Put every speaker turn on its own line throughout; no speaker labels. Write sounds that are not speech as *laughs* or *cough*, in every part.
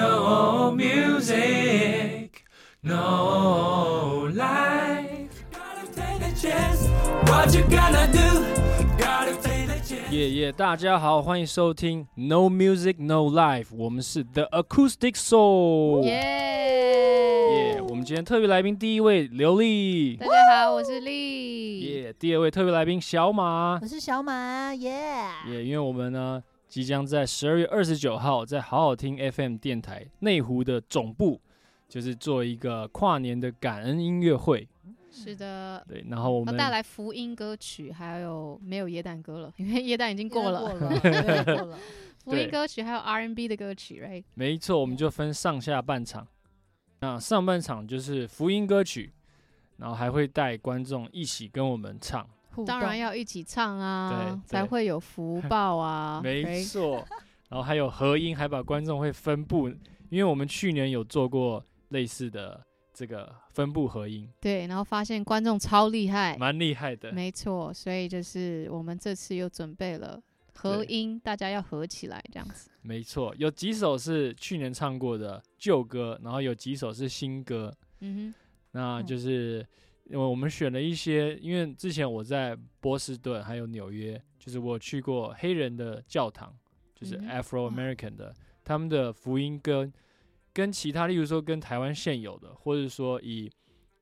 No music, no life. Gotta take the chance. What you gonna do? Gotta take the chance.
耶耶！大家好，欢迎收听 No Music No Life，我们是 The Acoustic Soul。耶！
耶！
哦我们今天特别来宾第一位刘丽，
大家好，我是丽，
耶！第二位特别来宾小马，
我是小马，耶！
耶！因为我们呢即将在十二月二十九号在好好听 FM 电台内湖的总部，就是做一个跨年的感恩音乐会。
是的，
对，然后我
要
们
带来福音歌曲，还有没有耶诞歌了？ *laughs* 因为耶诞已经过了，
过了，
福音歌曲还有 R&B 的歌曲，right？
没错，我们就分上下半场。那上半场就是福音歌曲，然后还会带观众一起跟我们唱。
当然要一起唱啊，
对对。
才会有福报
*laughs*
啊
没
right？
错，然后还有合音，还把观众会分布，因为我们去年有做过类似的这个分布合音，
对，然后发现观众超厉害，
蛮厉害的。
没错，所以就是我们这次又准备了合
对
音，大家要合起来这样子。
没错，有几首是去年唱过的旧歌，然后有几首是新歌。
嗯
那
嗯
就是因为我们选了一些，因为之前我在波士顿还有纽约，就是我去过黑人的教堂，就是
嗯哼
Afro American 的，他们的福音跟跟其他，例如说跟台湾现有的，或者说以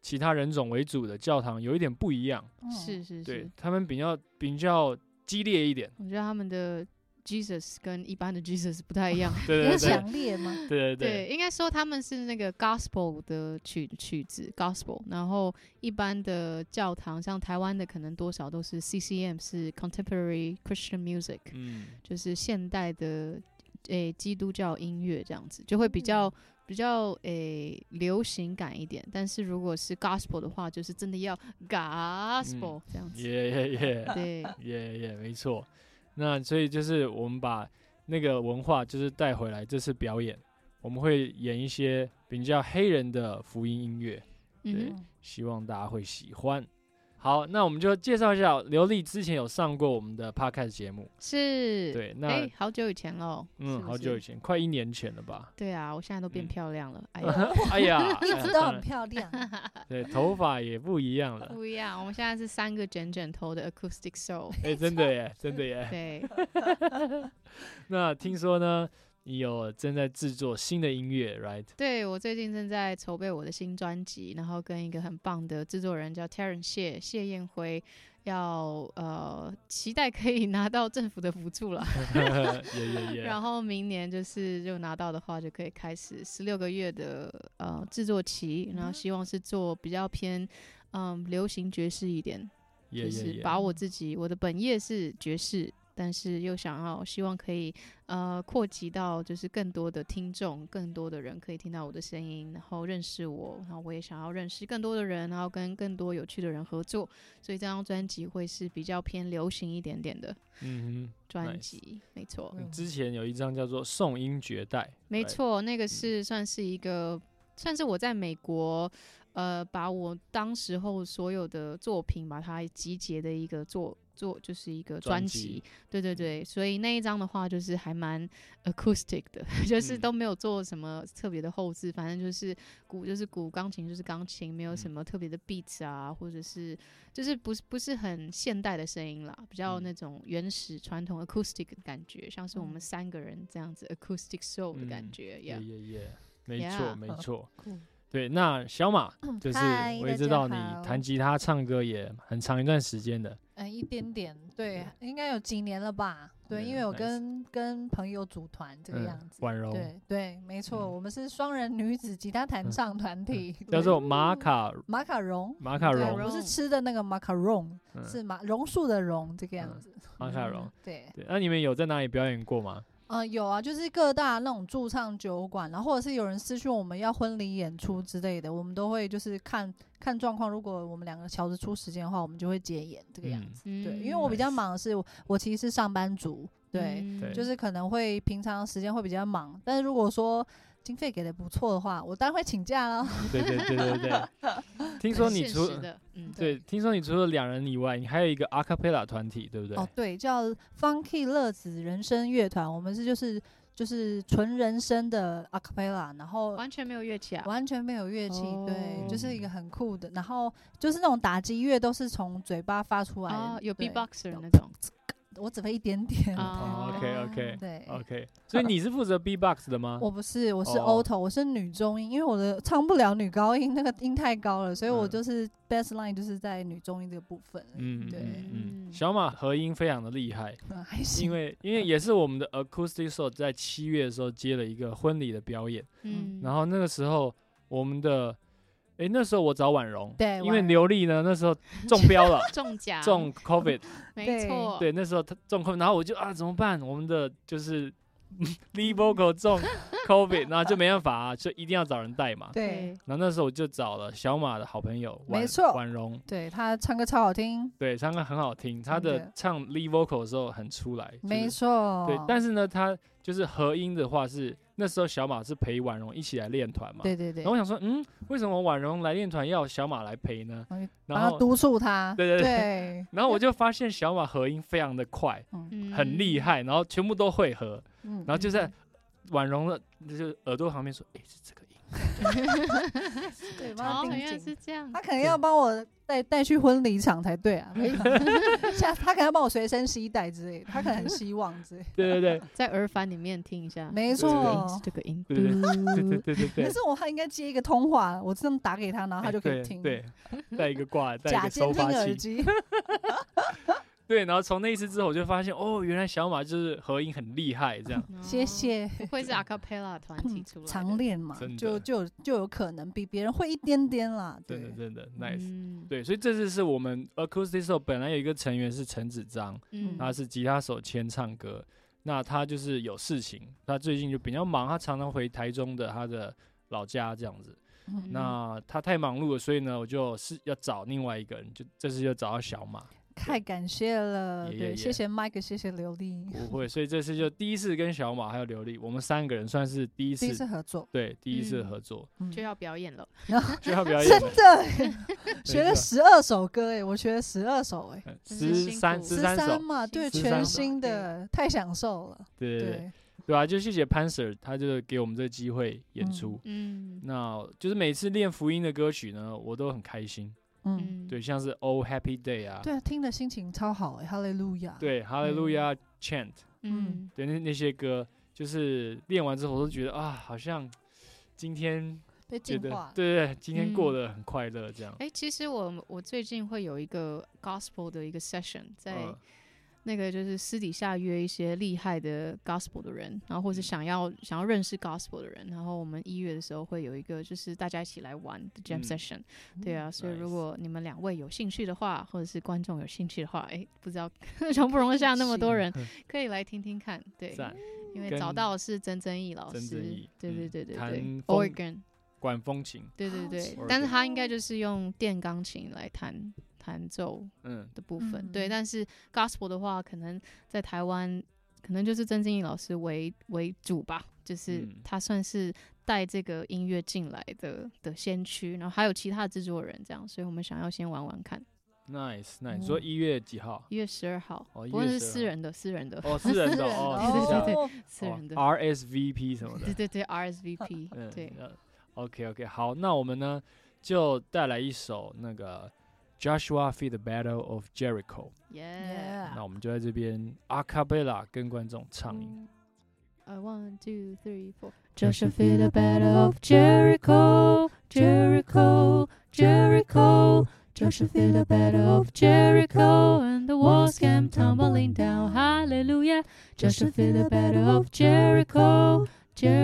其他人种为主的教堂有一点不一样，
哼，是是
对
是，
他们比较比较激烈一点，
我觉得他们的 Jesus 跟一般的 Jesus 不太一样。
对
有
对对
强烈吗？
对对
对，
*laughs* 对
应该说他们是那个 gospel 的曲曲子 gospel，然后一般的教堂，像台湾的可能多少都是 CCM 是 contemporary Christian music，、
嗯，
就是现代的诶、基督教音乐这样子，就会比较、比较诶、流行感一点。但是如果是 gospel 的话，就是真的要
嗯
gospel、这样子。
耶耶耶。
对，嗯
耶耶，没错。那所以就是我们把那个文化就是带回来，这次表演我们会演一些比较黑人的福音音乐，
嗯哼，
希望大家会喜欢。好，那我们就介绍一下刘丽之前有上过我们的 podcast 节目，
是。
对，那、
哎、好久以前喽，
嗯，
是不
好久以
是。？
前，快一年前了吧
*laughs* 对啊，我现在都变
嗯
漂亮了，哎呀。
*laughs* 哎
*laughs*
呀，哎
一
嗯
呀
直都
算
很
了
漂亮，
对，头发也不一样
*laughs*
了，
不一样，我们现在是三个卷卷头的 acoustic
*laughs*
soul。
哎、真的耶，真的耶。
对，
那听说呢，你有正在制作新的音乐，right？
*laughs* 对我最近正在筹备我的新专辑，然后跟一个很棒的制作人叫 Terence 谢谢燕辉，要呃期待可以拿到政府的补助了，
耶耶耶。
然后明年就是就拿到的话，就可以开始十六个月的呃制作期，
嗯
然后希望是做比较偏嗯流行爵士一点，
也
就
也
是
也
把我自己我的本业是爵士，但是又想要希望可以呃扩及到就是更多的听众，更多的人可以听到我的声音，然后认识我，然后我也想要认识更多的人，然后跟更多有趣的人合作，所以这张专辑会是比较偏流行一点点的
嗯
专
Nice
辑，没错
哼，
嗯
之前有一张叫做《宋音绝代》，
没
right？
错，那个是算是一个。算是我在美国，呃，把我当时候所有的作品把它集结的一个作作，就是一个专辑，
辑，
对对对，所以那一张的话就是还蛮 acoustic 的， *laughs* 就是
嗯
都没有做什么特别的后置，反正就是鼓就是鼓，钢琴就是钢琴，没有什
嗯
么特别的 beats 啊，或者是就是不是不是很现代的声音啦，比较
嗯
那种原始传统 acoustic 的感觉，像是我们
嗯
三个人这样子 acoustic soul 的感
嗯耶
觉呀。
耶耶，没错
Yeah
没错。
酷
对，那小马就是
嗨
我也
大
知
家
道你
好
弹吉他、唱歌也很长一段时间的，
*laughs* 嗯，一点点，对，应该有几年了吧？对，
嗯
因为我
nice
跟跟朋友组团这个样
嗯，
子，
婉柔
对对，没错，
嗯
我们是双人女子吉他弹唱团体， *laughs*
叫做马卡
马卡龙，
马卡
对，
龙，
不是吃的那个马卡龙，
嗯
是马榕树的榕这个样
嗯
子，
马卡龙。
对，
对，那你们有在哪里表演过吗？
呃，有啊，就是各大那种驻唱酒馆，然后或者是有人私讯我们要婚礼演出之类的，我们都会就是看看状况，如果我们两个瞧得出时间的话，我们就会接演这个样
嗯
子。
嗯嗯
对，因为我比较忙的是，我我其实是上班族，对，
对
就是可能会平常时间会比较忙，但是如果说经费给的不错的话，我当然会请假啦。
对对对对对。听
很
说你
现
除
实的，嗯，
对，听说你除了两人以外，你还有一个阿
哦
卡贝拉团体，对不对？
哦，对，叫 Funky 乐子人生乐团，我们是就是就是纯人声的 a cappella，然后
完全没有乐器啊，
完全没有乐器，对，就是一
哦
个很酷的。然后就是那种打击乐都是从嘴巴发出来的，
哦，有
对
B-boxer
有
那种
我只会一点点。
啊
哦 OK，OK
对
OK，所以你是负责 B-box 的吗？
我不是，我是
哦
auto，、我是女中音，因为我的唱不了女高音，那个音太高了，所以我
嗯
就是 best line 就是在女中音这个部分。
嗯，嗯
对，
嗯嗯，
嗯
小马合音非常的厉
*laughs*
害，
嗯还
因
行。
为因为也是我们的 acoustic show 在七月的时候接了一个婚礼的表演，
嗯，
然后那个时候我们的，诶，那时候我找婉容，
对
因
婉
为
容啊
刘丽呢那时候中标
*laughs*
了，
中奖，
中 COVID，
没
对
错，
对，那时候她中 COVID，然后我就啊怎么办？我们的 *laughs* 就是
嗯
Lee Vocal
*laughs*
中 COVID，然后就没办法啊，就一定要找人带嘛。
对
然后那时候我就找了小马的好朋友，
没
婉
错
婉容，
对，她唱歌超好听，
对，唱歌很好听，她
真
的
的
唱 Lee Vocal 的时候很出来，
没
错。
错。
对，但是呢，他就是合音的话是那时候小马是陪婉容一起来练团嘛。
对对对
然后，我想说，嗯，为什么婉容来练团要小马来陪呢？
然后就哎帮
然
她
后，
督促她。
对对对
对
然后我就发现小马合音非常的快，
嗯
嗯
很厉，害，然后全部都会合，
嗯
然后就在
嗯
婉容的，就是耳朵旁边说，哎，是这个音。
对，帮
哦，
她
原
盯
来
紧
是。这样
她，可能要帮我带带去婚礼场才对啊，
*laughs*
下她可能要帮我随身携带之类的，她可能很希望之类的。
对对对
在耳返里面听一下，
没
对对对
错，
这个音，
对对对对对对
但 *laughs*
对。
是我还应该接一个通话，我这么打给她，然后她就可以
哎
听。
对，
*laughs*
对带一个挂，带一
假
个
监
收
听
发
耳
器， *laughs*
机，
对，然后从那一次之后，我就发现，哦，原来小马就是合音很厉害，
*laughs*
这样，
哦
谢，谢。
不愧是 a cappella 团体出来的，
常练嘛
真，
就
的
就有就有可能比别人会一点点啦。
真的
对，
真的 nice。
嗯，
对，所以这次是我们 Acoustic Show 本来有一个成员是陈子章，
嗯
他是吉他手兼唱歌。那他就是有事情，他最近就比较忙，他常常回台中的他的老家这样子。
嗯
那他太忙碌了，所以呢，我就是要找另外一个人，就这次就找到小
*laughs*
马，
太感谢了，
也
对，
也
谢
也
谢 Mike，谢谢刘丽，
不会，所以这次就第一次跟小马还有刘丽，我们三个人算是第一
第一
次，
次合作，
对，第一次
嗯
合
*laughs*
作，
嗯
就要表演了，
就要表演
真
了 *laughs*
的学
哎没
了
错
十二首歌哎诶，我学了十二首哎诶，
嗯
真是
十三
辛
十
苦
三首，
嘛，对，
13
全
首
新的，太享受了，
对对对
对，
对啊，就谢谢潘 Sir，他就给我们这个机会演
嗯
出。
嗯
那就是每次练福音的歌曲呢，我都很开心。
嗯，
嗯，
对，像是《Oh Happy Day》啊，
对，听的心情超好诶，欸哈利路亚，，
对，《哈利路亚 Chant》
嗯，
对，那那些歌，就是练完之后，我都觉得啊，好像今天
被
觉
净
得
化，
对对对，今天过
嗯
得很快乐这样。
哎，其实我我最近会有一个 gospel 的一个 session 在
嗯，
那个就是私底下约一些厉害的 gospel 的人，然后或者
嗯
想要想要认识 gospel 的人，然后我们一月的时候会有一个就是大家一起来玩的 jam
嗯
session，、对啊，所以
nice
如果你们两位有兴趣的话，或者是观众有兴趣的话，哎，不知道容不容得下那么多人，可以来听听看，对，
赞，
因
啊
为
跟
找到的是曾曾义老
曾
师
曾义，
对对
嗯
对对对
弹风
，organ，
管风琴，
对对
好
对
巧，
但是他应该就是用电钢琴来弹弹奏
嗯，
的部分。
嗯
对，但是 gospel 的话，可能在台湾，可能就是曾静怡老师为为主吧，就是
嗯
他算是带这个音乐进来的的先驱，然后还有其他制作人这样，所以我们想要先玩玩看。
，nice nice。说一月几号？
一月十二号，
哦
不过
1月12
是
号
私人的，私人的，
哦，私人的哦，
对
私人的
对
哦
哦，
*laughs* 私人的，
RSVP 什么的
对，对对，RSVP，、
*laughs* 嗯，
对，
OK OK，好，那我们呢就带来一首那个 Joshua Feed the Battle of Jericho，、
耶、
那我们就在这边 a cappella 跟观众唱一个
Uh, one, two, three,
*laughs*
four.
Joshua feel the battle of Jericho, Jericho, Jericho. Joshua feel the battle of Jericho, and the walls came tumbling down. Hallelujah. Joshua feel the battle of Jericho,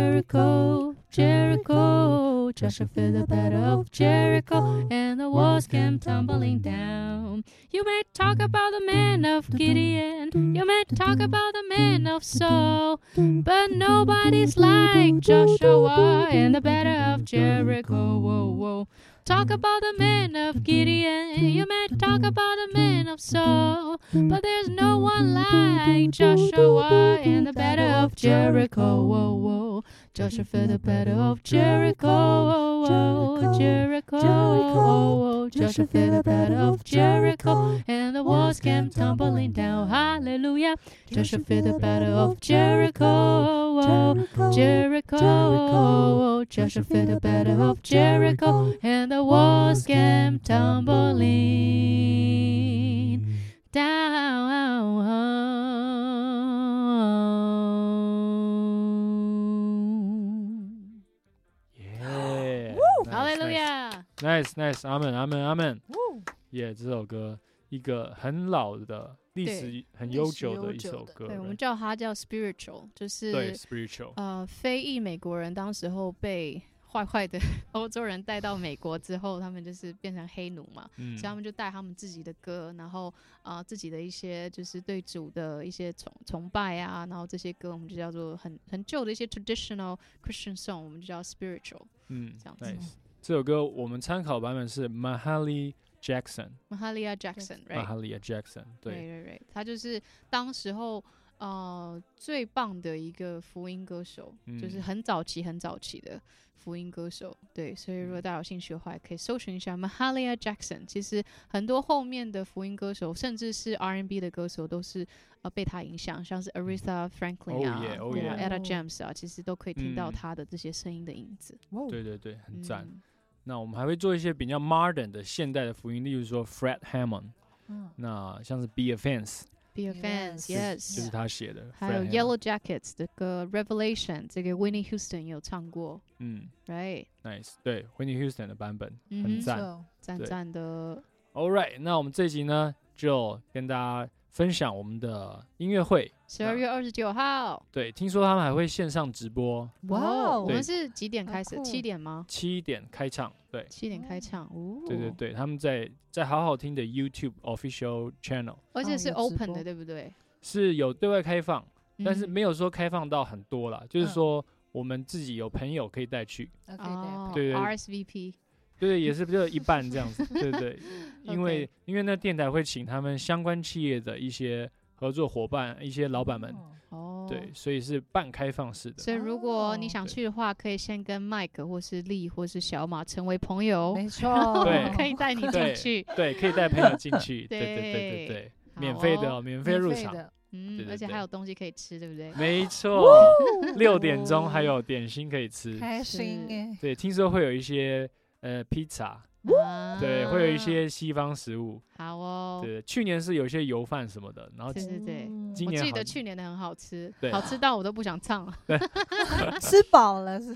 Jericho, Jericho. Joshua feel the battle of Jericho, and the walls came tumbling down. You may talk about the man of Gideon, you may talk about the man of Saul. But nobody's like Joshua in the battle of Jericho. Whoa, whoa. Talk about the men of Gideon. You may talk about the men of Saul. But there's no one like Joshua in the battle of Jericho. Whoa, whoa. Josephine, the battle of Jericho, oh, oh, Jericho, oh, oh, Josephine, the battle of Jericho, and the walls came tumbling down. Hallelujah. Josephine, the battle of Jericho, oh, oh, Jericho, oh, oh, Josephine, the battle of Jericho, and the walls came tumbling down.
耶！
嗯哦好嘞，路亚，
Nice, nice，阿门，阿门，阿门。
哦
耶，这首歌一个很老的历史很
历
悠
史
久
悠
的一
久
首
的
歌
对我们
了，
叫它叫 spiritual，就是
对 spiritual，
呃，非裔美国人当时候被坏坏的 *laughs* 欧洲人带到美国之后，他们就是变成黑奴嘛，
嗯
所以他们就带他们自己的歌，然后啊、呃自己的一些就是对主的一些崇崇拜啊，然后这些歌我们就叫做很很旧的一些 traditional Christian song，我们就叫 spiritual。
嗯
这样子
，nice。这首歌我们参考版本是 Mahalia Jackson，Mahalia
Mahalia Jackson，right？
Jackson，对，
对对，他就是当时候呃最棒的一个福音歌手，就是
嗯
很早期很早期的福音歌手。对，所以
嗯
如果大家有兴趣的话，也可以搜寻一下 Mahalia Jackson。其实很多后面的福音歌手，甚至是 R&B 的歌手，都是呃被他影响，像是 Aretha Franklin 啊
yeah, oh
对啊
yeah
，Etta James 啊，其实都可以听到
嗯
他的这些声音的影子。
哦
对对对，很赞。
嗯
那我们还会做一些比较 modern 的现代的福音，例如说 Fred Hammond，
嗯
那像是 Be a Fans，
Be a fan,
Yes
就
yes
是。他写的，
还有
Fred Hammond
Yellow Jackets 这个 Revelation，这个 Winnie Houston 也有唱过
嗯
，right？
，nice，对，Whitney Houston 的版本
嗯
很
哼
赞。
是哦
赞
对
赞的，
All right，那我们这集呢就跟大家分享我们的音乐会。
十二月二十九号，
对，听说他们还会线上直播，
哇哦
我
对
们是几点
好
开始？
酷
七点吗？
七点开唱。对，
七点开唱，哦，
对对，对，他们在在好好听的 YouTube official channel
而且是
哦有直
open 的，
播
对不对？
是有对外开放，但是
嗯
没有说开放到很多啦，就是
嗯
说我们自己有朋友可以带去，
，OK，
哦
对对对
，RSVP，
对，也是就一半这样子，对
*laughs*
对，因为
OK
因为那电台会请他们相关企业的一些合作伙伴、一些老板们，
嗯
哦，
对，。所以是半开放式的。
所以，如果你
哦
想
对
去的话，可以先跟麦克或是丽或是小马成为朋 *laughs* 友，
没错，
对
可以带你进
对
去，
对，可以带朋友进去，对对
对
对对对，
好
免费的
哦
哦，免费
免
入
费
场，
的
嗯，
对
而且
对
还
对
有东西可以吃，对不
*laughs*
对？
没
哦
错，六点钟
哦
还有点心可以吃，
开心
是
欸耶，
对，听说会有一些呃披萨，对，会有一
啊
些西方食物，
好哦，
对，去年是有一些油饭什么的，然后
对对对
嗯
今
我
年
记
好
得
像
去年的很好吃，
对
好吃到我都不想唱了。 *laughs*
吃饱了是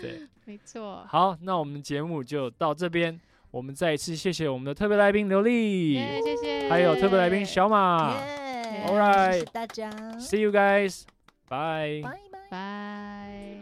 对，
没错，
好，那我们节目就到这边，我们再一次谢谢我们的特别来宾刘丽，
耶，谢谢，
还有特别来宾小马
耶
啊 all right
谢谢大家，
，See you guys，bye
拜拜。
拜。